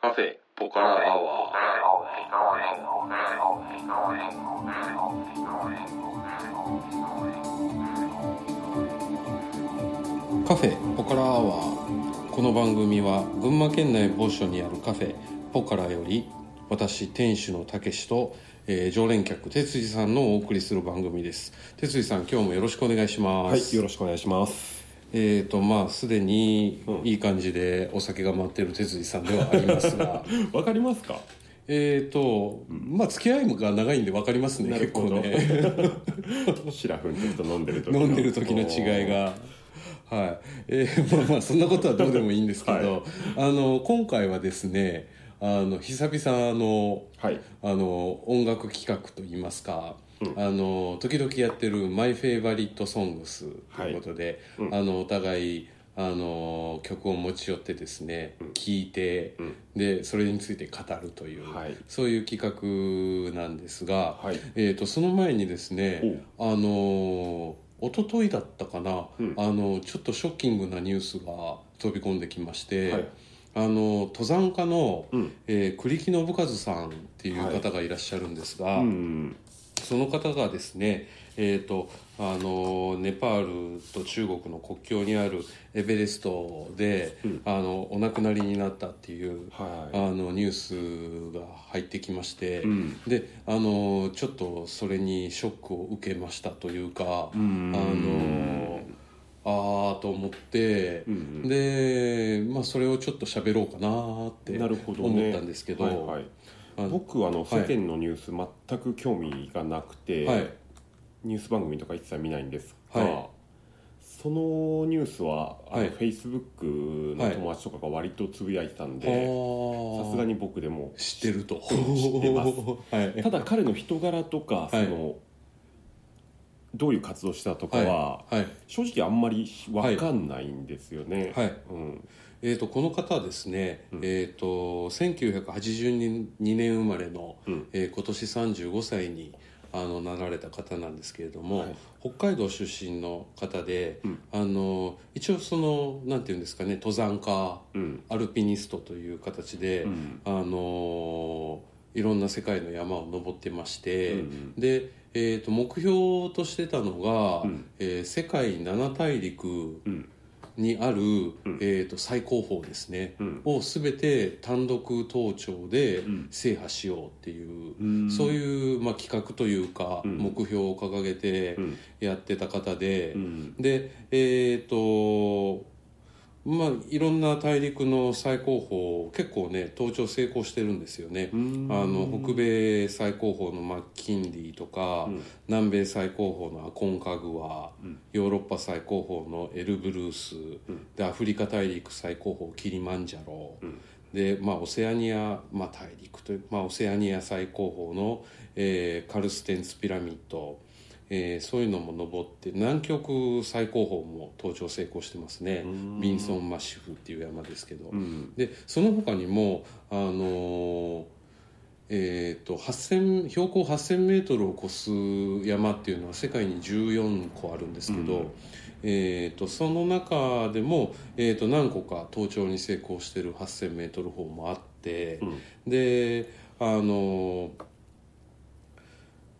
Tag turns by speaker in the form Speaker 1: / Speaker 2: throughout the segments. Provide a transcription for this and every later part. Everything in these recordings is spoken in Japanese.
Speaker 1: カフェポカラアワーカフェポカラアワーこの番組は群馬県内某所にあるカフェポカラより私店主のたけしと、えー常連客哲司さんのお送りする番組です哲司さん今日もよろしくお願いします、
Speaker 2: はい、よろしくお願いします。
Speaker 1: えーとまあすでにいい感じでお酒が回ってる哲司さんではありますが
Speaker 2: わかりますか。
Speaker 1: えーとまあ付き合いが長いんで分かりますね
Speaker 2: な
Speaker 1: 結
Speaker 2: る
Speaker 1: 構
Speaker 2: ほど
Speaker 1: ね
Speaker 2: シラフンと飲んでる時の
Speaker 1: 飲んでる時の違い。が。はいえー まあまあそんなことはどうでもいいんですけ ど、あの今回はですねあの久々の
Speaker 2: はい。
Speaker 1: あの音楽企画といいますか、
Speaker 2: うん
Speaker 1: あの時々やってる「マイ・フェイバリット・ソングス」ということで、
Speaker 2: はいうん
Speaker 1: あのお互いあの曲を持ち寄ってですね
Speaker 2: うん
Speaker 1: 聴いて、
Speaker 2: うん
Speaker 1: でそれについて語るという、
Speaker 2: はい
Speaker 1: そういう企画なんですが、
Speaker 2: はい。
Speaker 1: えー、とその前にですねあの一昨日だったかな、
Speaker 2: うん
Speaker 1: あのちょっとショッキングなニュースが飛び込んできまして、
Speaker 2: はい
Speaker 1: あの登山家の
Speaker 2: うん。
Speaker 1: えー、栗木信和さんっていう方がいらっしゃるんですが、
Speaker 2: うん。
Speaker 1: その方がですね、えー、とあのネパールと中国の国境にあるエベレストで、
Speaker 2: うん
Speaker 1: あのお亡くなりになったっていう、
Speaker 2: は
Speaker 1: あのニュースが入ってきまして、
Speaker 2: い。ん。
Speaker 1: であのちょっとそれにショックを受けましたというか、
Speaker 2: うん
Speaker 1: あのああと思って。
Speaker 2: うん。
Speaker 1: でまあ、それをちょっと喋ろうかなーって
Speaker 2: なるほどね。
Speaker 1: 思ったんですけど、
Speaker 2: はいはい
Speaker 1: あの
Speaker 2: 僕あの
Speaker 1: はい
Speaker 2: 世間のニュース全く興味がなくて、
Speaker 1: はい
Speaker 2: ニュース番組とか一切見ないんですが、
Speaker 1: はい
Speaker 2: そのニュースはあ
Speaker 1: は
Speaker 2: の
Speaker 1: い
Speaker 2: フェイスブックの友達とかが割とつぶやいてたんで、さすが
Speaker 1: に
Speaker 2: に僕でも
Speaker 1: 知ってると
Speaker 2: 知ってます
Speaker 1: はい
Speaker 2: ただ彼の人柄とか、
Speaker 1: はい
Speaker 2: そのどういう活動したとかは、
Speaker 1: はい
Speaker 2: 正直あんまりわかんないんですよね。
Speaker 1: はい
Speaker 2: うん
Speaker 1: えー、とこの方はですね、
Speaker 2: うん
Speaker 1: えー、と1982年生まれの、
Speaker 2: うん
Speaker 1: えー今年35歳にあのなられた方なんですけれども、
Speaker 2: はい
Speaker 1: 北海道出身の方で、
Speaker 2: うん
Speaker 1: あの一応そのなんていうんですかね登山家
Speaker 2: うん
Speaker 1: アルピニストという形で、
Speaker 2: うん
Speaker 1: あのいろんな世界の山を登ってまして、
Speaker 2: うん
Speaker 1: で、えー、と目標としてたのが、
Speaker 2: うん
Speaker 1: えー世界七大陸
Speaker 2: うん
Speaker 1: にある、
Speaker 2: ん
Speaker 1: えー、と最高峰ですね
Speaker 2: うん
Speaker 1: を全て単独登頂で
Speaker 2: うん
Speaker 1: 制覇しようっていう、
Speaker 2: うん
Speaker 1: そういう、まあ、企画というか、
Speaker 2: うん
Speaker 1: 目標を掲げて
Speaker 2: うん
Speaker 1: やってた方で
Speaker 2: う、ん
Speaker 1: でえっ、とまあいろんな大陸の最高峰結構ね登頂成功してるんですよね。
Speaker 2: うん
Speaker 1: あの北米最高峰のマッキンリーとか、
Speaker 2: うん
Speaker 1: 南米最高峰のアコンカグア、
Speaker 2: うん
Speaker 1: ヨーロッパ最高峰のエルブルース、
Speaker 2: うん
Speaker 1: でアフリカ大陸最高峰キリマンジャロ、
Speaker 2: うん
Speaker 1: で、まあ、オセアニア、まあ、大陸という、まあ、オセアニア最高峰の、えーカルステンツピラミッド、えーそういうのも登って南極最高峰も登頂成功してますね
Speaker 2: うん
Speaker 1: ビンソン・マシフっていう山ですけど。
Speaker 2: うん
Speaker 1: でその他にもあのーえー、と8000標高 8,000m を超す山っていうのは世界に14個あるんですけど、
Speaker 2: うん
Speaker 1: えー、とその中でも、えー、と何個か登頂に成功してる 8,000m 峰もあって
Speaker 2: う、ん
Speaker 1: であのー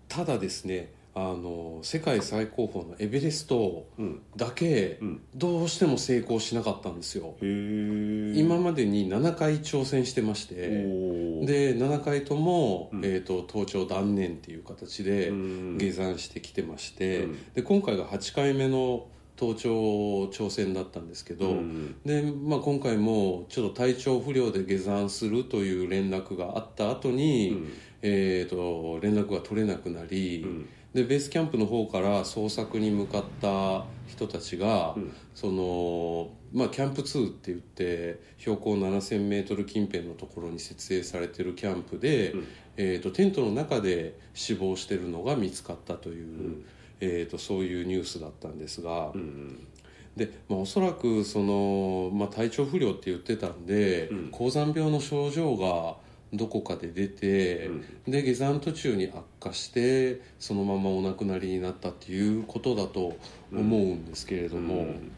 Speaker 1: ただですねあのー世界最高峰のエベレスト
Speaker 2: うん
Speaker 1: だけ
Speaker 2: うん
Speaker 1: どうしても成功しなかったんですよ。
Speaker 2: へー
Speaker 1: 今までに7回挑戦してまして
Speaker 2: おー
Speaker 1: で7回とも、
Speaker 2: うん
Speaker 1: えー、と登頂断念っていう形で
Speaker 2: うん
Speaker 1: 下山してきてまして、
Speaker 2: うん
Speaker 1: で今回が8回目の登頂挑戦だったんですけど、
Speaker 2: うん
Speaker 1: でまあ、今回もちょっと体調不良で下山するという連絡があった後に、
Speaker 2: うん
Speaker 1: えー、と連絡が取れなくなり、
Speaker 2: うん
Speaker 1: でベースキャンプの方から捜索に向かった人たちが、
Speaker 2: うん
Speaker 1: そのまあキャンプ2って言って標高 7,000m 近辺のところに設営されてるキャンプで、
Speaker 2: うん
Speaker 1: えー、とテントの中で死亡してるのが見つかったという、
Speaker 2: うん
Speaker 1: えー、とそういうニュースだったんですが、
Speaker 2: うん
Speaker 1: でまあ、おそらくその、まあ、体調不良って言ってたんで、
Speaker 2: うん
Speaker 1: 高山病の症状がどこかで出て。
Speaker 2: うん
Speaker 1: で下山途中に悪化してそのままお亡くなりになったっていうことだと思うんですけれども、
Speaker 2: うん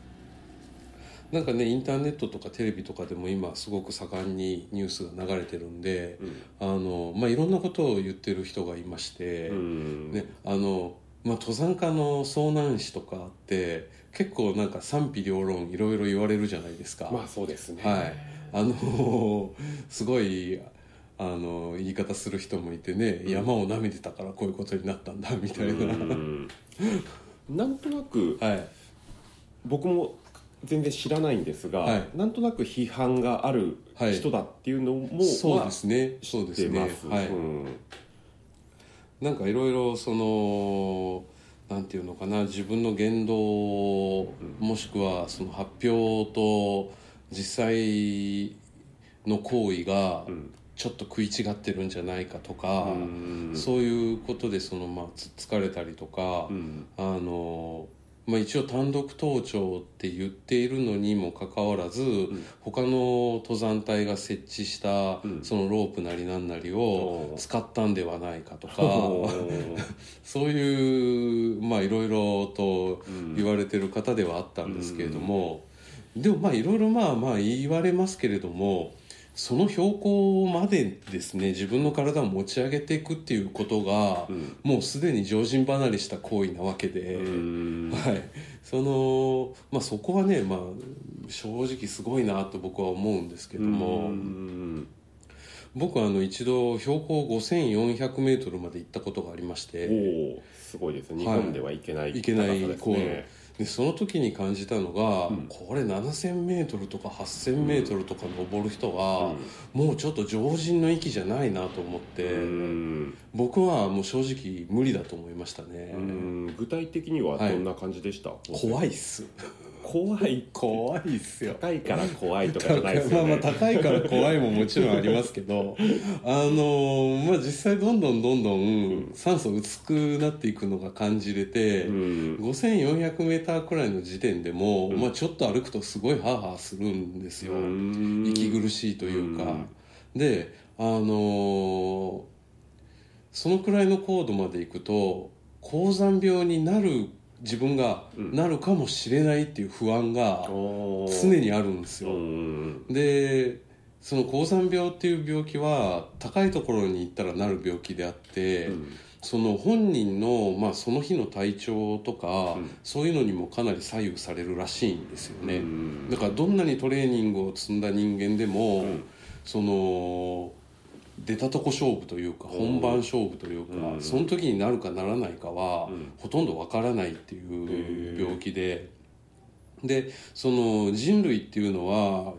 Speaker 1: なんかねインターネットとかテレビとかでも今すごく盛んにニュースが流れてるんであの、まあ、いろんなことを言ってる人がいまして、
Speaker 2: うん
Speaker 1: ねあのまあ、登山家の遭難死とかって結構なんか賛否両論いろいろ言われるじゃないですか。
Speaker 2: まあそうですね、
Speaker 1: はい、あの すごいあの言い方する人もいてね、
Speaker 2: うん
Speaker 1: 山を舐めてたからこういうことになったんだみたいな、
Speaker 2: うんなんとなく
Speaker 1: はい
Speaker 2: 僕も全然知らないんですが、
Speaker 1: はい
Speaker 2: なんとなく批判がある人だっていうのも、
Speaker 1: そう
Speaker 2: ま
Speaker 1: で
Speaker 2: あ
Speaker 1: すねそうで
Speaker 2: 知
Speaker 1: す
Speaker 2: ってま
Speaker 1: ね
Speaker 2: す
Speaker 1: はい、
Speaker 2: うん
Speaker 1: なんかいろいろそのなんていうのかな自分の言動もしくはその発表と実際の行為が
Speaker 2: うん
Speaker 1: ちょっと食い違ってるんじゃないかとか、
Speaker 2: うん
Speaker 1: そういうことでそのまあつつかれたりとか、
Speaker 2: うん
Speaker 1: あのまあ、一応単独登頂って言っているのにもかかわらず、
Speaker 2: ん
Speaker 1: 他の登山隊が設置した
Speaker 2: うん
Speaker 1: そのロープなりなんなりを
Speaker 2: おー
Speaker 1: 使ったんではないかとか、
Speaker 2: お
Speaker 1: そういうまあいろいろと
Speaker 2: うん
Speaker 1: 言われてる方ではあったんですけれども、でもまあいろいろまあまあ言われますけれどもその標高までですね自分の体を持ち上げていくっていうことが、
Speaker 2: うん
Speaker 1: もうすでに常人離れした行為なわけで、
Speaker 2: うん
Speaker 1: はい、そのまあそこはね、まあ、正直すごいなと僕は思うんですけども、
Speaker 2: うん
Speaker 1: 僕はあの一度標高5 4 0 0ルまで行ったことがありまし
Speaker 2: お
Speaker 1: て
Speaker 2: ーすごいですね日
Speaker 1: はい
Speaker 2: 本ではいけない
Speaker 1: いけない
Speaker 2: 高さです
Speaker 1: こう
Speaker 2: ね
Speaker 1: でその時に感じたのが、
Speaker 2: うん
Speaker 1: これ7 0 0 0ルとか8 0 0 0ルとか登る人は、もうちょっと常人の域じゃないなと思って、
Speaker 2: うん
Speaker 1: 僕はもう正直無理だと思いましたね、
Speaker 2: うん具体的にはどんな感じでした、
Speaker 1: 怖いっす
Speaker 2: 怖い
Speaker 1: 怖いっすよ
Speaker 2: 高いから怖いとかじゃないです
Speaker 1: まあ
Speaker 2: よ
Speaker 1: まあ
Speaker 2: ね
Speaker 1: 高いから怖いももちろんありますけど あのまあ実際どんどんどんどん酸素薄くなっていくのが感じれて、
Speaker 2: うん
Speaker 1: 5400m くらいの時点でも、
Speaker 2: うん
Speaker 1: まあ、ちょっと歩くとすごいハーハーするんですよ、息苦しいというか、であのーそのくらいの高度まで行くと高山病になる自分が
Speaker 2: うん
Speaker 1: なるかもしれないっていう不安が
Speaker 2: 常
Speaker 1: 常にあるんです
Speaker 2: う
Speaker 1: よ、
Speaker 2: ん
Speaker 1: でその高山病っていう病気は高いところに行ったらなる病気であって、その本人の、まあ、その日の体調とか、
Speaker 2: うん
Speaker 1: そういうのにもかなり左右されるらしいんですよね、
Speaker 2: うん
Speaker 1: だからどんなにトレーニングを積んだ人間でも、
Speaker 2: うん
Speaker 1: その出たとこ勝負というか
Speaker 2: う
Speaker 1: 本
Speaker 2: ん
Speaker 1: 番勝負というか、
Speaker 2: うん
Speaker 1: その時になるかならないかは、
Speaker 2: うん
Speaker 1: ほとんどわからないって
Speaker 2: へ
Speaker 1: いう
Speaker 2: ー
Speaker 1: 病気ででその人類っていうのは、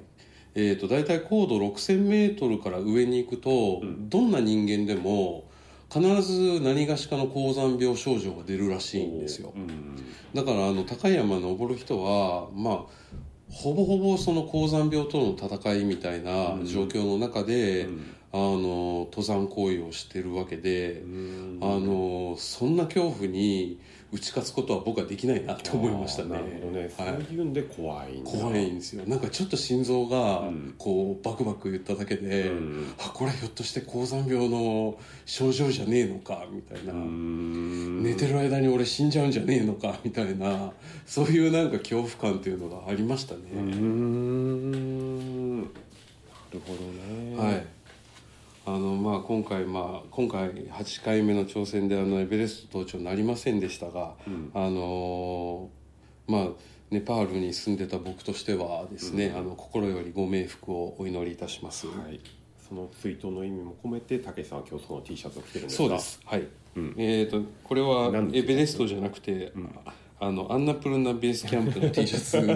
Speaker 1: えー、と大体高度 6,000m から上に行くと、
Speaker 2: うん
Speaker 1: どんな人間でも必ず何がしかの高山病症状が出るらしいんですよ。
Speaker 2: うん
Speaker 1: だからあの高い山登る人はまあほぼほぼその高山病との戦いみたいな状況の中で、あの登山行為をしてるわけで、
Speaker 2: うん
Speaker 1: あのそんな恐怖に打ち勝つことは僕はできないなって思いましたね
Speaker 2: あーなるほどねそう
Speaker 1: はい
Speaker 2: いうんで怖いんだ
Speaker 1: 怖いんですよなんかちょっと心臓が
Speaker 2: うん
Speaker 1: こうバクバク言っただけで、
Speaker 2: うん
Speaker 1: あこれひょっとして高山病の症状じゃねえのかみたいな、
Speaker 2: うん
Speaker 1: 寝てる間に俺死んじゃうんじゃねえのかみたいなそういうなんか恐怖感っていうのがありました
Speaker 2: う
Speaker 1: ね、
Speaker 2: んなるほどね
Speaker 1: はいあのまあ今回まあ今回8回目の挑戦であのエベレスト登頂なりませんでしたが
Speaker 2: うん
Speaker 1: あのーまあネパールに住んでた僕としてはですね、
Speaker 2: うん
Speaker 1: あの心よりご冥福をお祈りいたします、
Speaker 2: はいその追悼の意味も込めてたけしさんは今日その T シャツを着てるんですか
Speaker 1: そうですはい、
Speaker 2: うん
Speaker 1: えっ、とこれは
Speaker 2: なんで
Speaker 1: エベレストじゃなくて、
Speaker 2: ん
Speaker 1: あのアンナプルナベースキャンプの T シャ ツで、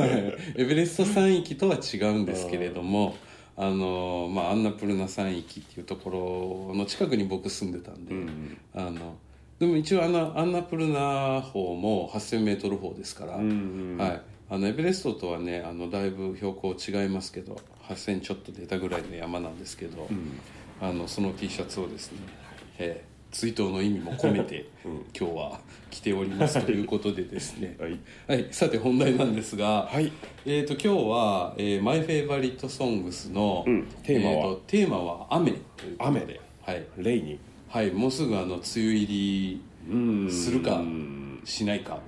Speaker 1: はいエベレスト山域とは違うんですけれどもあの、まあ、アンナプルナ山域っていうところの近くに僕住んでたんで、
Speaker 2: うん
Speaker 1: あのでも一応アンナアンナプルナ方も 8,000m 方ですから、
Speaker 2: うん
Speaker 1: はい、あのエベレストとはねあのだいぶ標高違いますけど8,000ちょっと出たぐらいの山なんですけど。
Speaker 2: うん
Speaker 1: あのその T シャツをですね、えー追悼の意味も込めて、
Speaker 2: うん、
Speaker 1: 今日は着ておりますということでですね
Speaker 2: はい
Speaker 1: はい、さて本題なんですが、
Speaker 2: はい
Speaker 1: えー、と今日は、えーマイ・フェイバリット・ソングスの、
Speaker 2: うんテーマは
Speaker 1: えーとテーマは雨ということで
Speaker 2: 雨で
Speaker 1: はい
Speaker 2: レイに
Speaker 1: はい、もうすぐあの梅雨入り
Speaker 2: うん
Speaker 1: するか
Speaker 2: うん
Speaker 1: しないか、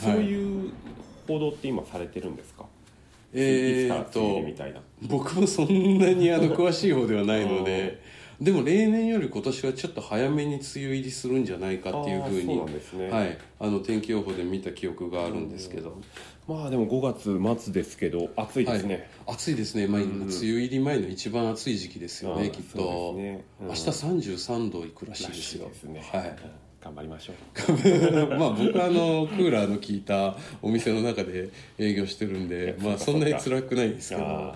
Speaker 2: そういう報道って今されてるんですか
Speaker 1: え
Speaker 2: い
Speaker 1: ー、
Speaker 2: つ
Speaker 1: っ
Speaker 2: から梅雨入りみ
Speaker 1: と
Speaker 2: たいな
Speaker 1: 僕もそんなにあの詳しい方ではないのででも例年より今年はちょっと早めに梅雨入りするんじゃないかっていうふう
Speaker 2: あ
Speaker 1: に
Speaker 2: ーそうなんですね、
Speaker 1: はい、あの天気予報で見た記憶があるんですけど、
Speaker 2: まあでも5月末ですけど暑いですね、
Speaker 1: 暑いですね、まあ、
Speaker 2: うん
Speaker 1: 今梅雨入り前の一番暑い時期ですよね、
Speaker 2: あー
Speaker 1: きっ
Speaker 2: そ
Speaker 1: と、
Speaker 2: うですねうん
Speaker 1: 明日33度いくらしい
Speaker 2: ら
Speaker 1: で
Speaker 2: し
Speaker 1: す
Speaker 2: い
Speaker 1: よ
Speaker 2: ですね、
Speaker 1: はい
Speaker 2: うん頑張りましょう
Speaker 1: まあ僕はあのクーラーの効いたお店の中で営業してるんで、まあ、そんなに辛くないんですけど、
Speaker 2: あ
Speaker 1: は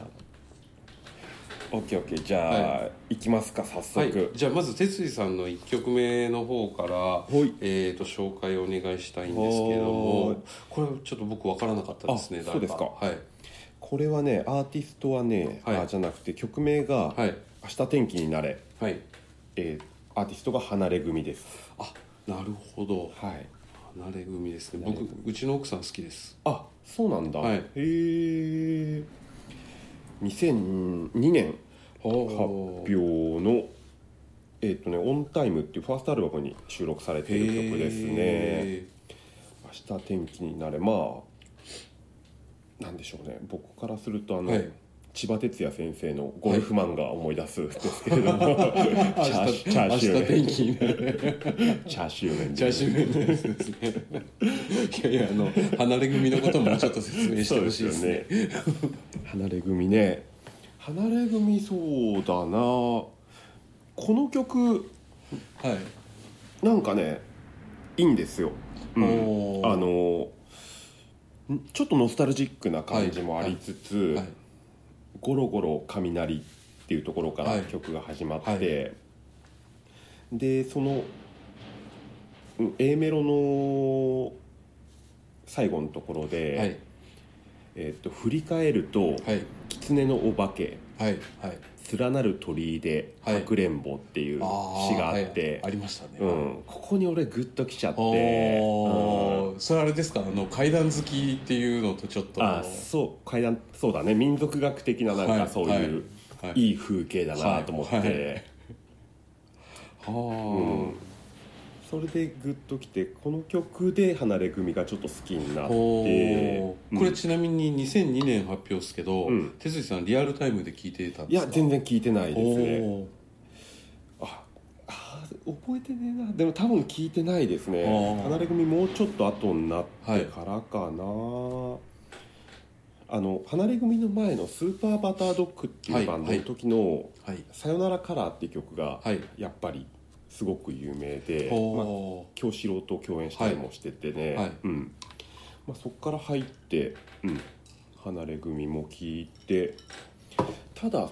Speaker 2: ーオッケーオッケーじゃあ、行きますか早速、
Speaker 1: い、じゃあまず哲司さんの1曲目の方から、
Speaker 2: ほい
Speaker 1: えー、と紹介をお願いしたいんですけど
Speaker 2: はー
Speaker 1: も
Speaker 2: い
Speaker 1: これちょっと僕分からなかったですね
Speaker 2: あそうですか
Speaker 1: 誰
Speaker 2: これはねアーティストはね、
Speaker 1: はい
Speaker 2: あじゃなくて曲名が
Speaker 1: はいはい
Speaker 2: 「明日天気になれ
Speaker 1: はい」
Speaker 2: えーアーティストが離れ組です
Speaker 1: あなるほど
Speaker 2: はい
Speaker 1: 慣れ組ですね
Speaker 2: 慣
Speaker 1: 僕
Speaker 2: れ組
Speaker 1: うちの奥さん好きです
Speaker 2: あそうなんだ、
Speaker 1: はい
Speaker 2: へえ2002年発表のえっ、とね「オンタイムっていうファーストアルバムに収録されている曲ですね
Speaker 1: へ
Speaker 2: 明日天気になれまあなんでしょうね僕からするとあの、
Speaker 1: はい
Speaker 2: 千葉哲也先生のゴルフマンが思い出すんですけれども、
Speaker 1: ー
Speaker 2: チャーシチャ
Speaker 1: 明
Speaker 2: ーシ
Speaker 1: 日明日天気
Speaker 2: ュー
Speaker 1: になる
Speaker 2: 麺チャーシュー麺
Speaker 1: チャーシュー麺のやつですねいやいやあの離れ組のこともちょっと説明してほしいです ね
Speaker 2: そうですよね離れ組ね離れ組そうだなこの曲
Speaker 1: はい
Speaker 2: なんかねいいんですよ、うん
Speaker 1: おー
Speaker 2: あのんちょっとノスタルジックな感じもありつつ、
Speaker 1: はい
Speaker 2: ゴロゴロ雷っていうところか
Speaker 1: は
Speaker 2: ら
Speaker 1: い
Speaker 2: 曲が始まって、
Speaker 1: は
Speaker 2: でそのうん A メロの最後のところで、
Speaker 1: はい
Speaker 2: えっと振り返ると、
Speaker 1: はい
Speaker 2: 狐のお化け
Speaker 1: はいはい
Speaker 2: 連なる鳥居で
Speaker 1: はい
Speaker 2: かくれんぼっていう
Speaker 1: ー
Speaker 2: 詩があって、
Speaker 1: はいありましたね
Speaker 2: うん、ここに俺グッときちゃって、うん
Speaker 1: おーそれあれですかあの階段好きっていうのとちょっと
Speaker 2: あそう階段そうだね民族学的ななん
Speaker 1: は
Speaker 2: か
Speaker 1: い
Speaker 2: そういう、
Speaker 1: はい
Speaker 2: い、い風景だなと思って、
Speaker 1: はいはあ
Speaker 2: うん
Speaker 1: ー、
Speaker 2: それでグッときてこの曲で離れ組がちょっと好きになって、
Speaker 1: おー
Speaker 2: うん
Speaker 1: これちなみに2002年発表ですけど、
Speaker 2: うん
Speaker 1: 哲司さんリアルタイムで聞いてたん
Speaker 2: い
Speaker 1: で
Speaker 2: や
Speaker 1: すか
Speaker 2: 全然聞いてないですね
Speaker 1: おー
Speaker 2: ああー覚えてねえなでも多分聞いてないですね
Speaker 1: あー
Speaker 2: 離れ組もうちょっと後になってからかな、あの離れ組の前の「スーパーバタードッグ」っていうバンドの時の
Speaker 1: はい
Speaker 2: 「さよならカラー」っていう曲が
Speaker 1: はい
Speaker 2: やっぱりすごく有名で、まあ
Speaker 1: お
Speaker 2: 京志郎と共演したりもしててね、
Speaker 1: はいはい
Speaker 2: うんまあ、そこから入って、うん、離れ組も聞いてただ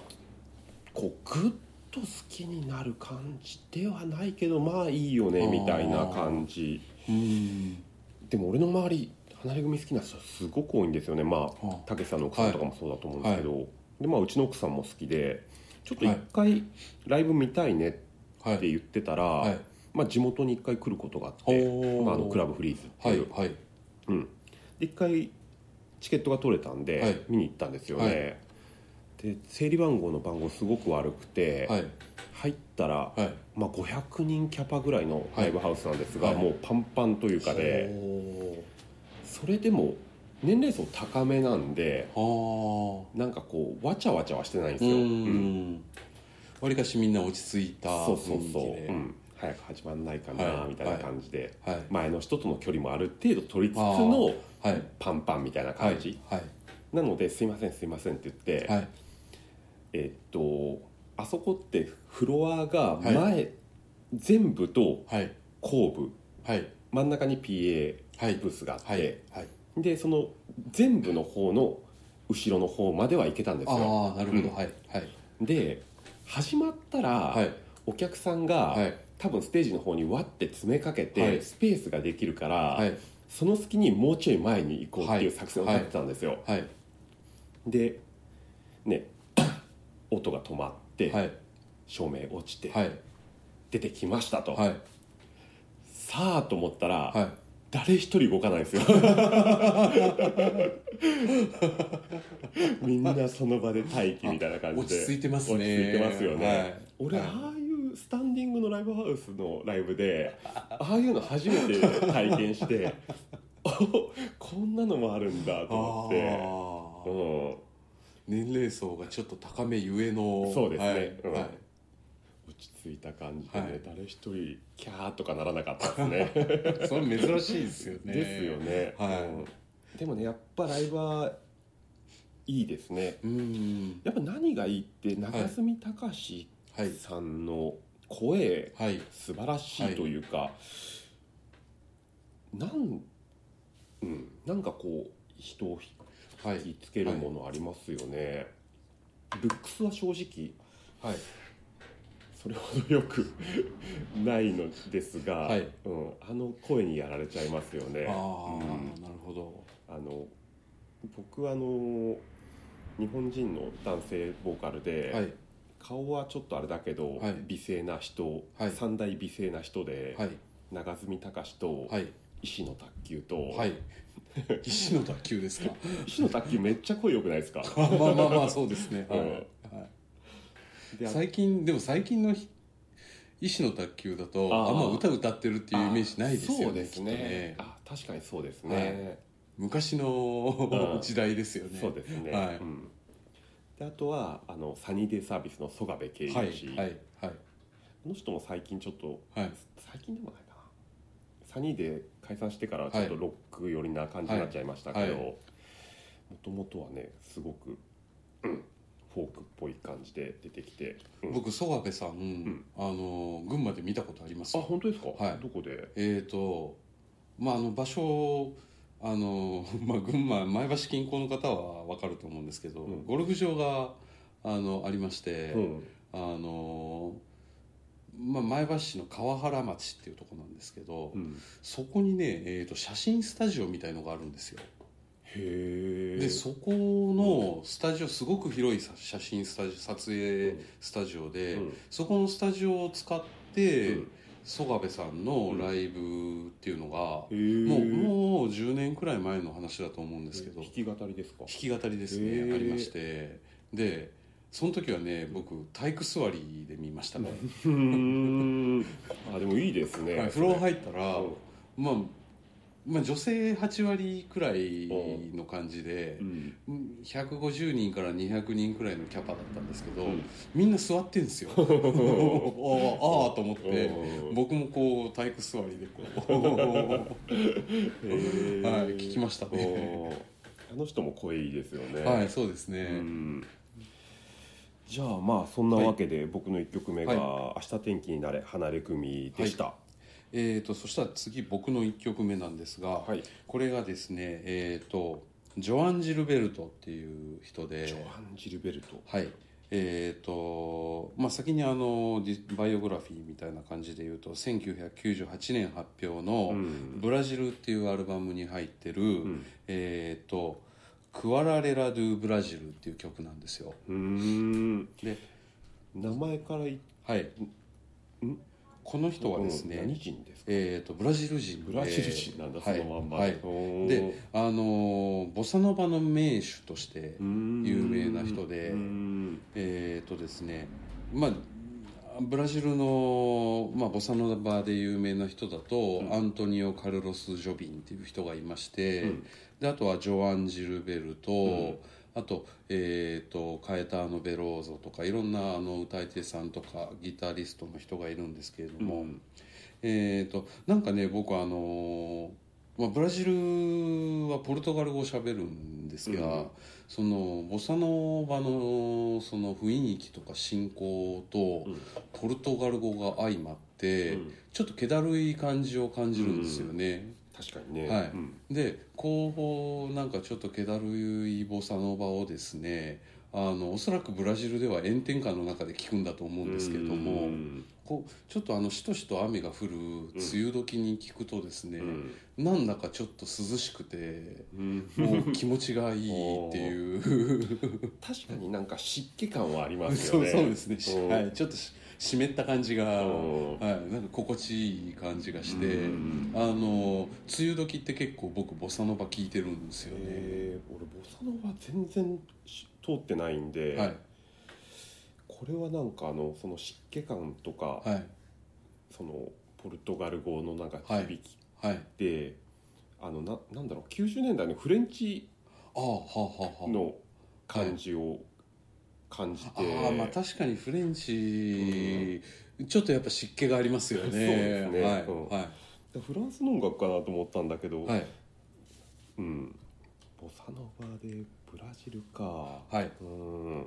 Speaker 2: こうグッと好きになる感じではないけどまあいいよ
Speaker 1: あ
Speaker 2: ね
Speaker 1: ー
Speaker 2: みたいな感じ
Speaker 1: ーうん
Speaker 2: でも俺の周り離れ組好きな人すごく多いんですよねまあ
Speaker 1: は
Speaker 2: たけしさんの奥さんとかもそうだと思うんですけど、でまあ、うちの奥さんも好きでちょっと一回ライブ見たいねって
Speaker 1: あはい
Speaker 2: 言ってたら、
Speaker 1: はい
Speaker 2: まあ、地元に一回来ることがあって。
Speaker 1: お
Speaker 2: まあ、あのクラ
Speaker 1: ブ
Speaker 2: ブフリーズって
Speaker 1: はい
Speaker 2: いう、
Speaker 1: はい
Speaker 2: うん、で一回チケットが取れたんで、
Speaker 1: はい
Speaker 2: 見に行ったんですよね、
Speaker 1: はい
Speaker 2: で整理番号の番号すごく悪くて、
Speaker 1: はい
Speaker 2: 入ったら、
Speaker 1: はい
Speaker 2: まあ、500人キャパぐらいのライブハウスなんですが、
Speaker 1: はい
Speaker 2: もうパンパンというかで、それでも年齢層高めなんで
Speaker 1: おー
Speaker 2: なんかこうわちゃわちゃはしてないん
Speaker 1: あ
Speaker 2: です
Speaker 1: ー
Speaker 2: よ、
Speaker 1: う
Speaker 2: うん
Speaker 1: んわりかしみんな落ち着いた
Speaker 2: そうそう
Speaker 1: 雰囲気
Speaker 2: そう、
Speaker 1: で
Speaker 2: うん、早く始まんないか
Speaker 1: は
Speaker 2: ないみたいな感じで、
Speaker 1: はい
Speaker 2: 前の人との距離もある程度取りつつ
Speaker 1: あ
Speaker 2: の
Speaker 1: ーはい
Speaker 2: パンパンみたいな
Speaker 1: は
Speaker 2: 感じ、
Speaker 1: いはい
Speaker 2: なので「すいませんすいません」って言って、
Speaker 1: はい
Speaker 2: えっとあそこってフロアが
Speaker 1: はい
Speaker 2: 前、全部と
Speaker 1: はい
Speaker 2: 後部
Speaker 1: はい
Speaker 2: 真ん中に PA
Speaker 1: はい
Speaker 2: ブースがあって、
Speaker 1: はいはい
Speaker 2: でその全部の方の後ろの方までは行けたんですよ
Speaker 1: ああなるほ
Speaker 2: う
Speaker 1: どはいはい
Speaker 2: で始まったら、
Speaker 1: はい
Speaker 2: お客さんが、
Speaker 1: はい
Speaker 2: 多分ステージの方にわって詰めかけて、
Speaker 1: はい
Speaker 2: スペースができるから、
Speaker 1: はい
Speaker 2: その隙にもうちょい前に行こうって
Speaker 1: は
Speaker 2: いう
Speaker 1: い
Speaker 2: 作戦を立てたんですよ、
Speaker 1: はい
Speaker 2: でね 音が止まって、
Speaker 1: はい
Speaker 2: 照明落ちて
Speaker 1: はい
Speaker 2: 出てきましたと、
Speaker 1: はい
Speaker 2: さあと思ったら、
Speaker 1: はい
Speaker 2: 誰一人動かない んですよみんなその場で待機みたいな感じ
Speaker 1: 落
Speaker 2: で
Speaker 1: ち着いてますね
Speaker 2: 落ち着いてますよね
Speaker 1: はい
Speaker 2: 俺、
Speaker 1: はい
Speaker 2: ああいうスタンディング のライブハウスのライブでああいうの初めて体験して あここんなのもあるんだと思って、
Speaker 1: あ
Speaker 2: う
Speaker 1: あ
Speaker 2: ん、
Speaker 1: 年齢層がちょっと高めゆえの
Speaker 2: そうですね
Speaker 1: は
Speaker 2: う
Speaker 1: い
Speaker 2: ん
Speaker 1: はい
Speaker 2: 落ち着いた感じでね、
Speaker 1: はい
Speaker 2: 誰一人キャーとかならな かったですね
Speaker 1: それ珍しいですよね
Speaker 2: ですよね、
Speaker 1: はい
Speaker 2: うんでもねやっぱライブはいいですね
Speaker 1: うん
Speaker 2: やっぱ何がいいって中住隆
Speaker 1: はい
Speaker 2: さんの声
Speaker 1: はい
Speaker 2: 素晴らしいというか、なん、うん、なんかこう人を
Speaker 1: はい
Speaker 2: 引きつけるものありますよね、ルックスは正直
Speaker 1: はい
Speaker 2: それほどよく ないのですが、
Speaker 1: はい
Speaker 2: うん、あの声にやられちゃいますよね
Speaker 1: ああ、
Speaker 2: うん
Speaker 1: なるほど
Speaker 2: あの僕はあの日本人の男性ボーカルで、
Speaker 1: はい
Speaker 2: 顔はちょっとあれだけど、
Speaker 1: はい
Speaker 2: 美声な人、
Speaker 1: はい
Speaker 2: 三大美声な人で、
Speaker 1: はい
Speaker 2: 長住隆と
Speaker 1: はい
Speaker 2: 石野卓球と、
Speaker 1: はい 石の卓球ですか
Speaker 2: 石野卓球めっちゃ声良くないですか
Speaker 1: まあまあまあそうですね、はい
Speaker 2: うん
Speaker 1: はい
Speaker 2: であ
Speaker 1: 最近でも最近のひ石の卓球だと
Speaker 2: あ
Speaker 1: あ
Speaker 2: ー
Speaker 1: んま歌歌ってるっていうイメージないですよね
Speaker 2: そうですね
Speaker 1: きっとね
Speaker 2: あ確かにそうですね、
Speaker 1: 昔の
Speaker 2: うん
Speaker 1: 時代ですよね
Speaker 2: そうですね、
Speaker 1: はい
Speaker 2: うんであとはあのサニーデイサービスの曽我部圭一、
Speaker 1: はいはいはい
Speaker 2: この人も最近ちょっと
Speaker 1: はい
Speaker 2: 最近でもないかなサニーで解散してからはちょっと
Speaker 1: は
Speaker 2: ロック寄りな感じになっちゃいましたけど、
Speaker 1: はいは
Speaker 2: もともとはねすごく、うんフォークっぽい感じで出てきて、うん
Speaker 1: 僕曽我部さん、あの群馬で見たことあります
Speaker 2: あ本当ですか、
Speaker 1: はい
Speaker 2: どこで
Speaker 1: えーとまああの場所あの、 まあ、群馬前橋近郊の方は分かると思うんですけど、
Speaker 2: うん
Speaker 1: ゴルフ場があのありまして、
Speaker 2: うん
Speaker 1: あの、まあ、前橋市の川原町っていうとこなんですけど、
Speaker 2: うん
Speaker 1: そこにね、えー、と写真スタジオみたいのがあるんですよ
Speaker 2: へえ
Speaker 1: でそこのスタジオすごく広いさ写真スタジオ撮影スタジオで、
Speaker 2: うん
Speaker 1: そこのスタジオを使って、
Speaker 2: うん
Speaker 1: 曽我部さんのライブっていうのが、
Speaker 2: へえ
Speaker 1: もうもう10年くらい前の話だと思うんですけど
Speaker 2: 弾
Speaker 1: 弾
Speaker 2: き語りですか
Speaker 1: き語りです
Speaker 2: へ
Speaker 1: ね
Speaker 2: え
Speaker 1: ありましてでその時はね僕体育座りで見ましたね、
Speaker 2: うーんあでもいいですね、
Speaker 1: はい、風呂入ったら、
Speaker 2: うん
Speaker 1: まあまあ、女性8割くらいの感じ で
Speaker 2: う、ん
Speaker 1: 150人から200人くらいのキャパだったんですけど、
Speaker 2: うん
Speaker 1: みんな座ってん ですよああああと思って
Speaker 2: うん
Speaker 1: 僕もこう体育座りでこう はい聞きましたね
Speaker 2: おーあの人も声いいですよ ね
Speaker 1: はいそうですね、
Speaker 2: うんじゃあまあそんなわけで僕の1曲目が「
Speaker 1: はい
Speaker 2: 明日天気になれ離れ組」でした
Speaker 1: えー、とそしたら次僕の1曲目なんですが、
Speaker 2: はい
Speaker 1: これがですねえー、とジョアン・ジルベルトっていう人で
Speaker 2: ジョアン・ジルベルト
Speaker 1: はいえーとまあ、先にあのディバイオグラフィーみたいな感じで言うと1998年発表の
Speaker 2: う
Speaker 1: 「
Speaker 2: ん
Speaker 1: ブラジル」っていうアルバムに入ってる「
Speaker 2: ん
Speaker 1: えー、とクワラレラ・ドゥ・ブラジル」っていう曲なんですよ。
Speaker 2: うーん
Speaker 1: で
Speaker 2: 名前からい
Speaker 1: はい、この人はですね、
Speaker 2: 何人ですか
Speaker 1: えー、とブラジル人で
Speaker 2: ブラジル人なんだそ
Speaker 1: はい
Speaker 2: のまんま
Speaker 1: はいで
Speaker 2: で
Speaker 1: あのーボサノバの名手として有名な人でえっ、とですねまあブラジルの、まあ、ボサノバで有名な人だと、アントニオ・カルロス・ジョビンっていう人がいまして、であとはジョアン・ジルベルと、あと,、えー、とカエターノ・ベローゾとかいろんなあの歌い手さんとかギタリストの人がいるんですけれども、えー、となんかね僕あのーまあ、ブラジルはポルトガル語を喋るんですが、
Speaker 2: うん
Speaker 1: そのボサノバのその雰囲気とか進行と
Speaker 2: うん
Speaker 1: ポルトガル語が相まって、
Speaker 2: うん
Speaker 1: ちょっと気だるい感じを感じるんですよね、
Speaker 2: 確かにね
Speaker 1: はい
Speaker 2: うん
Speaker 1: で後方なんかちょっと気だるいボサノバをですねあのおそらくブラジルでは炎天下の中で聞くんだと思うんですけれども、
Speaker 2: うん
Speaker 1: こうちょっとあのしとしと雨が降る梅雨時に聞くとですね、
Speaker 2: うん
Speaker 1: なんだかちょっと涼しく て
Speaker 2: うん
Speaker 1: もう気持ちがいいって いう
Speaker 2: 確かになんか湿気感はあります
Speaker 1: そ
Speaker 2: よ
Speaker 1: う
Speaker 2: ね
Speaker 1: そうですね、し
Speaker 2: うん
Speaker 1: はい、ちょっとし湿った感じが、
Speaker 2: うん
Speaker 1: はい、なんか心地いい感じがして、
Speaker 2: うん
Speaker 1: あの梅雨時って結構僕ボサノバ聞いてるんですよね、
Speaker 2: えー、俺ボサノバ全然し通ってないんで、
Speaker 1: はい
Speaker 2: これはなんかあのその湿気感とか、
Speaker 1: はい
Speaker 2: そのポルトガル語のなんか響き
Speaker 1: はい
Speaker 2: で、あのななんだろう90年代のフレンチ
Speaker 1: ああはあはあはあ
Speaker 2: の感じを感じて、
Speaker 1: ああまあ確かにフレンチ、ちょっとやっぱ湿気がありますよね
Speaker 2: そうですね
Speaker 1: はい、
Speaker 2: うん
Speaker 1: は
Speaker 2: フランスの音楽かなと思ったんだけど、
Speaker 1: いはい
Speaker 2: うん、ボサノバでブラジルか、
Speaker 1: はい
Speaker 2: うん、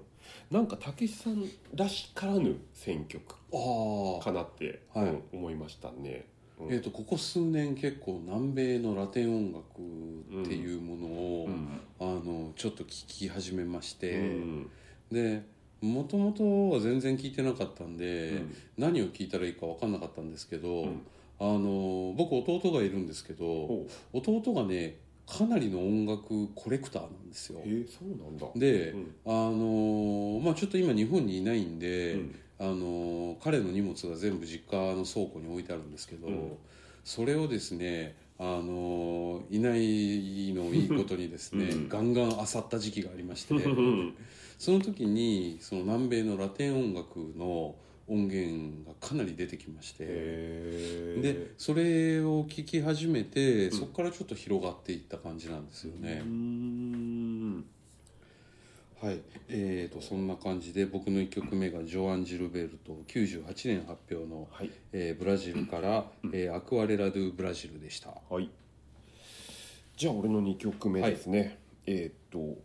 Speaker 2: なんかたけしさんらしからぬ選曲
Speaker 1: ああ
Speaker 2: かなって、
Speaker 1: はい
Speaker 2: うん思いましたね。うん
Speaker 1: えー、とここ数年結構南米のラテン音楽っていうものを、
Speaker 2: うん
Speaker 1: あのちょっと聞き始めまし
Speaker 2: う
Speaker 1: て、
Speaker 2: ん
Speaker 1: でもともとは全然聞いてなかったんで、
Speaker 2: うん
Speaker 1: 何を聞いたらいいか分かんなかったんですけど、
Speaker 2: うん
Speaker 1: あの僕弟がいるんですけど
Speaker 2: お
Speaker 1: 弟がねかなりの音楽コレクターなんですよ
Speaker 2: え。ー、そうなんだ。
Speaker 1: で、
Speaker 2: うん
Speaker 1: あのまあ、ちょっと今日本にいないんで、
Speaker 2: うん
Speaker 1: あの彼の荷物が全部実家の倉庫に置いてあるんですけど、
Speaker 2: うん
Speaker 1: それをですねあのいないのをいいことにですね、
Speaker 2: うん
Speaker 1: ガンガン漁った時期がありまして
Speaker 2: うん
Speaker 1: その時にその南米のラテン音楽の音源がかなり出てきまして。
Speaker 2: へー
Speaker 1: でそれを聞き始めて、そこからちょっと広がっていった感じなんですよね。
Speaker 2: うん
Speaker 1: はい、えー、とそんな感じで僕の1曲目がジョアン・ジルベルト98年発表の、
Speaker 2: はい
Speaker 1: えーブラジルから、えーアクアレラ・ドゥ・ブラジルでした
Speaker 2: はい。じゃあ俺の二曲目ですね。えーっと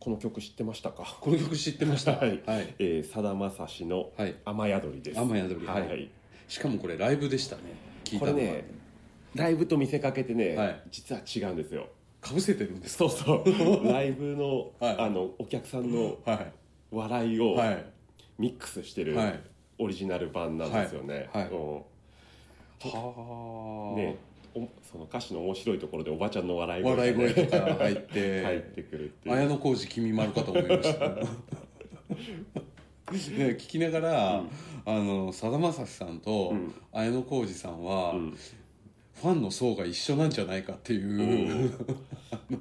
Speaker 2: この曲知ってましたか。
Speaker 1: この曲知ってました
Speaker 2: はい
Speaker 1: はい、
Speaker 2: えー、さだまさしの
Speaker 1: はい
Speaker 2: 雨宿りです。
Speaker 1: 雨宿り
Speaker 2: はい、
Speaker 1: はいしかもこれライブでしたね聞い
Speaker 2: こ
Speaker 1: たの
Speaker 2: れ
Speaker 1: は
Speaker 2: ねライブと見せかけてね、
Speaker 1: はい
Speaker 2: 実は違うんですよ
Speaker 1: かぶせてるんです
Speaker 2: そうそう ライブの,、
Speaker 1: はい
Speaker 2: あのお客さんの
Speaker 1: は
Speaker 2: 笑い
Speaker 1: い
Speaker 2: を
Speaker 1: はい
Speaker 2: ミックスしてる
Speaker 1: はい
Speaker 2: オリジナル版なんですよね、
Speaker 1: はいはい
Speaker 2: うん
Speaker 1: は
Speaker 2: ねおその歌詞の面白いところでおばちゃんの笑い声が
Speaker 1: 笑い
Speaker 2: ね、
Speaker 1: 声とか入って、
Speaker 2: 入ってくるっていう、
Speaker 1: 綾小路君 丸かと思いましたね聞きながら、あのさだまさしさんと
Speaker 2: うん
Speaker 1: 綾小路さんは、
Speaker 2: うん
Speaker 1: ファンの層が一緒なんじゃないかっていう、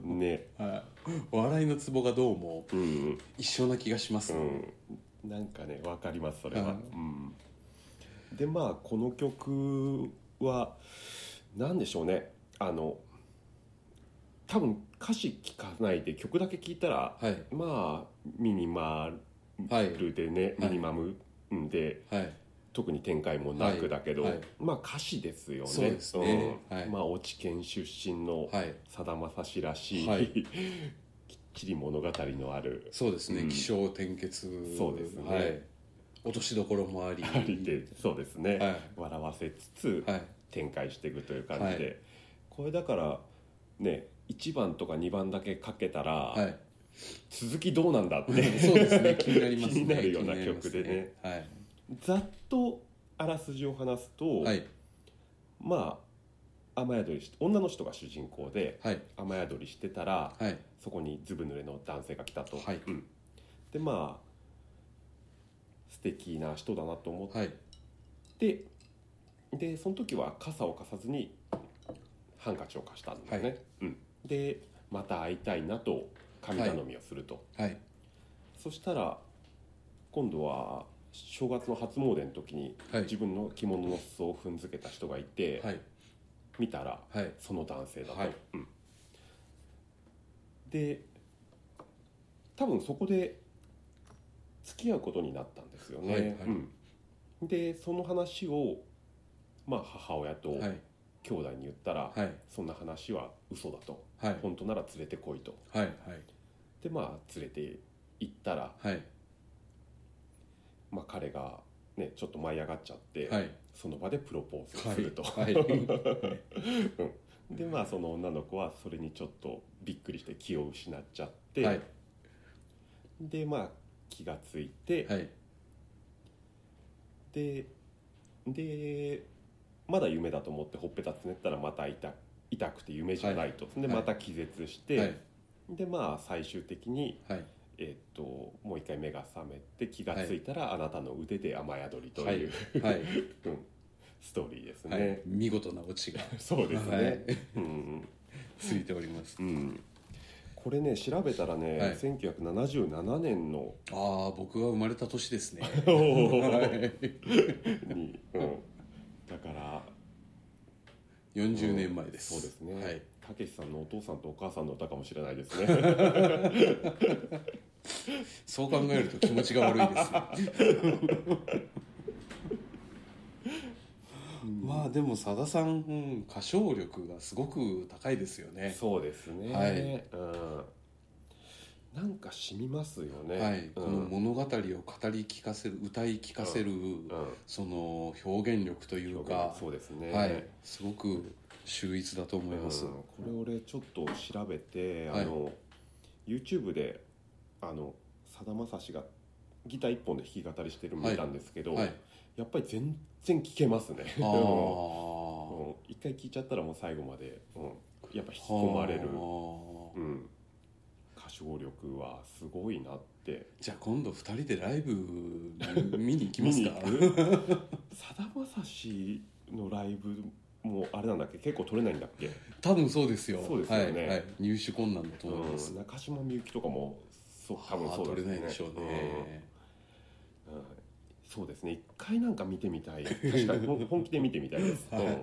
Speaker 2: ね
Speaker 1: はい笑いのツボがどうも
Speaker 2: うん
Speaker 1: 一緒な気がします、
Speaker 2: うん、なんかねわかりますそれは、
Speaker 1: はい
Speaker 2: うん、でまあこの曲は何でしょうねあの多分歌詞聞かないで曲だけ聞いたら
Speaker 1: はい
Speaker 2: まあミニマ
Speaker 1: はい
Speaker 2: ルでね、
Speaker 1: はい
Speaker 2: ミニマムうんで
Speaker 1: はい
Speaker 2: 特に展開もなくだけど、
Speaker 1: はいはい
Speaker 2: まあ歌詞ですよね
Speaker 1: そうですねはい
Speaker 2: まあ越智県出身の
Speaker 1: はい
Speaker 2: さだまさしらしい、
Speaker 1: はい
Speaker 2: きっちり物語のある
Speaker 1: そうですね、
Speaker 2: うん
Speaker 1: 起承転結
Speaker 2: そうですね
Speaker 1: はい、落としどころもあり
Speaker 2: ありでそうですね、
Speaker 1: はい
Speaker 2: 笑わせつつ
Speaker 1: はい
Speaker 2: 展開していくという感じで、
Speaker 1: は
Speaker 2: これだからね1番とか2番だけかけたら、
Speaker 1: はい
Speaker 2: 続きどうなんだって
Speaker 1: そうですね気になりますね
Speaker 2: 気になるよう
Speaker 1: 気
Speaker 2: な
Speaker 1: にります
Speaker 2: 曲でね
Speaker 1: はい
Speaker 2: ざっとあらすじを話すと、
Speaker 1: はい
Speaker 2: まあ雨宿りして女の人が主人公で
Speaker 1: はい
Speaker 2: 雨宿りしてたら
Speaker 1: はい
Speaker 2: そこにずぶ濡れの男性が来たと、
Speaker 1: はい
Speaker 2: うんでまあ素敵な人だなと思っ
Speaker 1: はい
Speaker 2: ででその時は傘を貸さずにハンカチを貸したんだよね、
Speaker 1: は
Speaker 2: うん、でまた会いたいなと神頼みをすると、
Speaker 1: はい
Speaker 2: そしたら今度は正月の初詣の時に
Speaker 1: はい
Speaker 2: 自分の着物の裾を踏んづけた人がいて、
Speaker 1: はい
Speaker 2: 見たら
Speaker 1: はい
Speaker 2: その男性だと、
Speaker 1: はい
Speaker 2: うん、で多分そこで付き合うことになったんですよね、
Speaker 1: はいはい
Speaker 2: うん、でその話をまあ母親と
Speaker 1: はい
Speaker 2: 兄弟に言ったら、
Speaker 1: はい
Speaker 2: そんな話は嘘だと
Speaker 1: はい
Speaker 2: 本当なら連れてこいと
Speaker 1: はい
Speaker 2: でまあ連れて行ったら、
Speaker 1: はい
Speaker 2: まあ、彼が、ね、ちょっと舞い上がっちゃって、
Speaker 1: はいはい
Speaker 2: その場でプロポーズをすると、
Speaker 1: はいはい
Speaker 2: でまあその女の子はそれにちょっとびっくりして気を失っちゃって、
Speaker 1: はい
Speaker 2: でまあ気がついて、
Speaker 1: はい
Speaker 2: ででまだ夢だと思ってほっぺたつねったらまた痛痛くて夢じゃないと、で
Speaker 1: はい
Speaker 2: また気絶して、
Speaker 1: はい
Speaker 2: でまあ最終的に、
Speaker 1: はい
Speaker 2: えっともう一回目が覚めて気がついたら、あなたの腕で雨宿りという、
Speaker 1: はい
Speaker 2: ストーリーですね、
Speaker 1: はい見事なオチが
Speaker 2: そうですね、
Speaker 1: はい
Speaker 2: うん
Speaker 1: ついております
Speaker 2: うんこれね調べたらね、
Speaker 1: はい
Speaker 2: 1977年の
Speaker 1: ああ僕が生まれた年ですね
Speaker 2: に、うん、だから
Speaker 1: 40年前です
Speaker 2: そうですね、
Speaker 1: はい
Speaker 2: たけしさんのお父さんとお母さんの歌かもしれないですね
Speaker 1: そう考えると気持ちが悪いですね まあでもさださん、うん歌唱力がすごく高いですよね
Speaker 2: そうですね
Speaker 1: はい
Speaker 2: うん、なんか染みますよね
Speaker 1: はい、この
Speaker 2: うん
Speaker 1: 物語を語り聞かせる歌い聞かせる、
Speaker 2: うん
Speaker 1: その表現力というか、
Speaker 2: そうですね、
Speaker 1: はい、すごく秀逸だと思います、
Speaker 2: うんこれ俺ちょっと調べて、
Speaker 1: はい
Speaker 2: あの YouTube であのさだまさしがギター一本で弾き語りしてるの
Speaker 1: はい
Speaker 2: 見たんですけど、
Speaker 1: はい
Speaker 2: やっぱり全然聴けますね
Speaker 1: あ
Speaker 2: うん
Speaker 1: あ
Speaker 2: うん一回聴いちゃったらもう最後まで、うん、やっぱ引き込まれる、
Speaker 1: はあ
Speaker 2: うん、歌唱力はすごいなって
Speaker 1: じゃあ今度二人でライブ見に行きますか
Speaker 2: 見に行く さだまさしのライブもあれなんだっけ結構取れないんだっけ
Speaker 1: 多分そうですよ
Speaker 2: そうですよね
Speaker 1: はいはい、入手困難だと思います、
Speaker 2: うん中島みゆきとかもそう多分
Speaker 1: はあ
Speaker 2: そう
Speaker 1: 取
Speaker 2: です
Speaker 1: れ
Speaker 2: ね
Speaker 1: ないでしょうね、
Speaker 2: うんうんそうですね一回なんか見てみたい確かにほん本気で見てみたいです、
Speaker 1: はい
Speaker 2: うん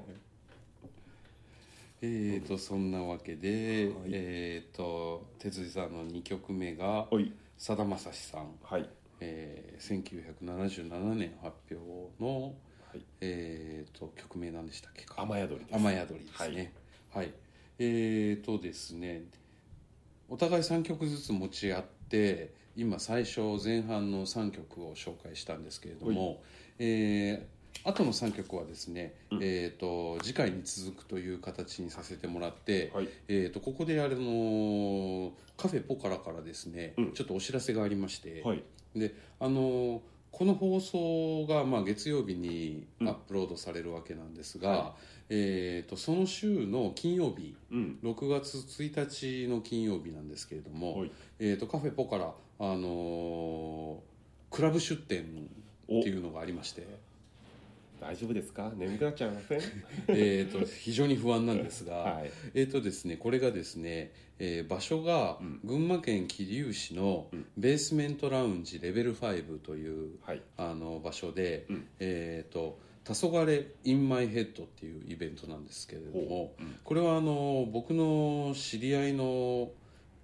Speaker 1: えーとそんなわけで、
Speaker 2: はい
Speaker 1: えーと哲司さんの二曲目が
Speaker 2: おい
Speaker 1: さだまさしさん
Speaker 2: はいはい
Speaker 1: えー、1977年発表の、えー、と曲名なんでしたっけか
Speaker 2: 雨宿りです
Speaker 1: 雨宿りですねはい、えー、とですねお互い3曲ずつ持ち合って今最初前半の3曲を紹介したんですけれども、えー、後の3曲はですね、えー、と次回に続くという形にさせてもらって、
Speaker 2: はい
Speaker 1: えー、とここであれのカフェポカラからですね、
Speaker 2: うん
Speaker 1: ちょっとお知らせがありまして、
Speaker 2: はい
Speaker 1: であのこの放送がまあ月曜日にア
Speaker 2: う
Speaker 1: ッ
Speaker 2: ん
Speaker 1: プロードされるわけなんですが、
Speaker 2: は
Speaker 1: えー、とその週の金曜日
Speaker 2: うん
Speaker 1: 6月1日の金曜日なんですけれども、
Speaker 2: はい
Speaker 1: えー、とカフェポカラ、あのークラブ出店
Speaker 2: お
Speaker 1: っていうのがありま して、
Speaker 2: 大丈夫ですか眠くなっちゃいま せん
Speaker 1: えー、と非常に不安なんですが、
Speaker 2: はい
Speaker 1: えーとですね、これがですね、えー場所が
Speaker 2: うん
Speaker 1: 群馬県桐生市の
Speaker 2: うん
Speaker 1: ベースメントラウンジレベル5という
Speaker 2: はい
Speaker 1: あの場所で、
Speaker 2: うん
Speaker 1: えー、と「黄昏 in my head」っていうイベントなんですけれども
Speaker 2: ううん
Speaker 1: これはあの僕の知り合いの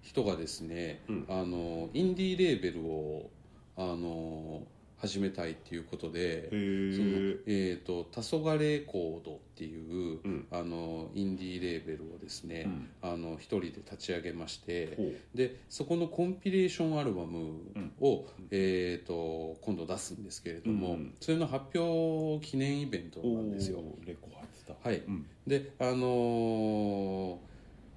Speaker 1: 人がですね、
Speaker 2: うん
Speaker 1: あのインディーレーベルをあの始めたいっていうことで。
Speaker 2: へ
Speaker 1: その
Speaker 2: ー
Speaker 1: えー、と「黄昏コード」っていう、
Speaker 2: うん
Speaker 1: あのインディーレーベルをですね、
Speaker 2: うん
Speaker 1: あの一人で立ち上げまして
Speaker 2: ほう
Speaker 1: でそこのコンピレーションアルバムを、
Speaker 2: ん
Speaker 1: えー、と今度出すんですけれども、
Speaker 2: うん
Speaker 1: それの発表記念イベント
Speaker 2: お
Speaker 1: なんですよ。
Speaker 2: ーレコ発だ
Speaker 1: はい
Speaker 2: うん
Speaker 1: であのー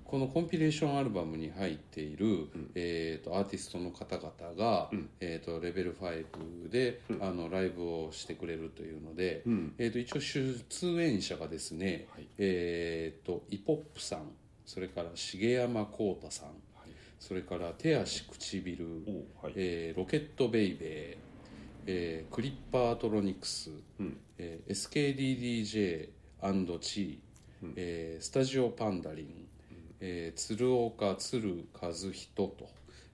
Speaker 1: このコンピレーションアルバムに入っている、
Speaker 2: ん
Speaker 1: えー、とアーティストの方々が、
Speaker 2: うん
Speaker 1: えー、とレベル5で、
Speaker 2: うん
Speaker 1: あのライブをしてくれるというので、
Speaker 2: うん
Speaker 1: えー、と一応出演者がですね、
Speaker 2: はい
Speaker 1: えー、とイポップさんそれから重山浩太さん
Speaker 2: はい
Speaker 1: それから手足唇、
Speaker 2: おーはい
Speaker 1: えーロケットベイベー、えークリッパートロニクス、
Speaker 2: うん
Speaker 1: えー SKDDJ&C、
Speaker 2: うん
Speaker 1: えースタジオパンダリン、えー鶴岡鶴和人と,、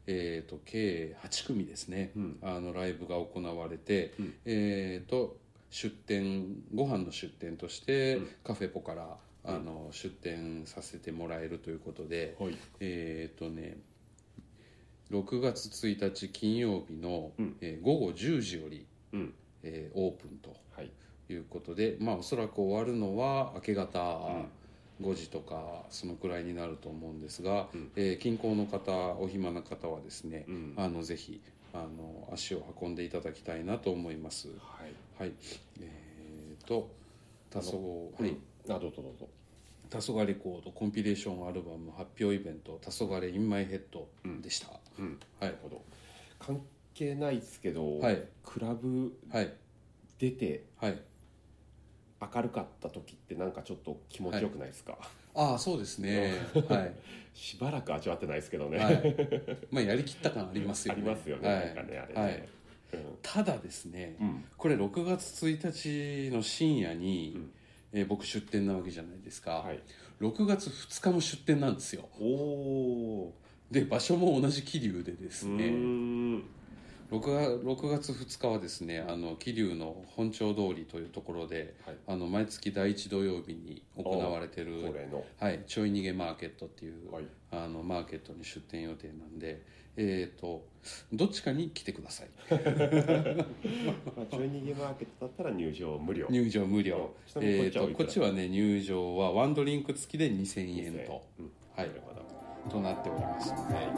Speaker 1: えーと計8組ですね、
Speaker 2: うん
Speaker 1: あのライブが行われて、
Speaker 2: うん
Speaker 1: えーと出店ご飯の出店として、
Speaker 2: うん
Speaker 1: カフェポからあの出店させてもらえるということで、
Speaker 2: はい
Speaker 1: えーっとね6月1日金曜日の、
Speaker 2: うん
Speaker 1: えー午後10時より、
Speaker 2: うん
Speaker 1: えーオープンと
Speaker 2: はい
Speaker 1: いうことでまあおそらく終わるのは明け方5時とかそのくらいになると思うんですが、
Speaker 2: うん
Speaker 1: えー近郊の方お暇な方はですね、
Speaker 2: うん
Speaker 1: あのぜひあの足を運んでいただきたいなと思います。
Speaker 2: はい
Speaker 1: はい、えー、と多層
Speaker 2: う
Speaker 1: はい、
Speaker 2: んあどうぞどうぞ
Speaker 1: 黄昏レコードコンピレーションアルバム発表イベント「黄昏インマイヘッド」でした、
Speaker 2: うん
Speaker 1: はい
Speaker 2: なるほど関係ないですけど、
Speaker 1: はい
Speaker 2: クラブ
Speaker 1: はい
Speaker 2: 出て
Speaker 1: はい
Speaker 2: 明るかった時ってなんかちょっと気持ちよくないですか、
Speaker 1: ああそうですね は
Speaker 2: しばらく味わってないですけど
Speaker 1: い、
Speaker 2: ね、
Speaker 1: はい、まあやりきった感あります
Speaker 2: あ
Speaker 1: よね
Speaker 2: りますよね、
Speaker 1: はい
Speaker 2: なんかねあれね、
Speaker 1: はい、ただですね、
Speaker 2: うん
Speaker 1: これ6月1日の深夜に、
Speaker 2: うん
Speaker 1: えー僕出店なわけじゃないですか、
Speaker 2: はい
Speaker 1: 6月2日の出店なんですよ
Speaker 2: おお
Speaker 1: で場所も同じ桐生でです
Speaker 2: うー
Speaker 1: ね
Speaker 2: ん
Speaker 1: 6, 6月2日はですねあの桐生の本町通りというところで
Speaker 2: はい
Speaker 1: あの毎月第1土曜日に行われて
Speaker 2: こ
Speaker 1: る、
Speaker 2: れの
Speaker 1: はい、ちょい逃げマーケットっていう、
Speaker 2: はい
Speaker 1: あのマーケットに出店予定なんで、えー、とどっちかに来てください
Speaker 2: まあちょい逃げマーケットだったら入場無料
Speaker 1: 入場無料、
Speaker 2: ちなみにこ
Speaker 1: え
Speaker 2: っ
Speaker 1: ー、
Speaker 2: ちはおい
Speaker 1: と
Speaker 2: くら
Speaker 1: こっちはね入場はワンドリンク付きで2000円と、
Speaker 2: うん
Speaker 1: はい
Speaker 2: なる、ほど
Speaker 1: となっておりますので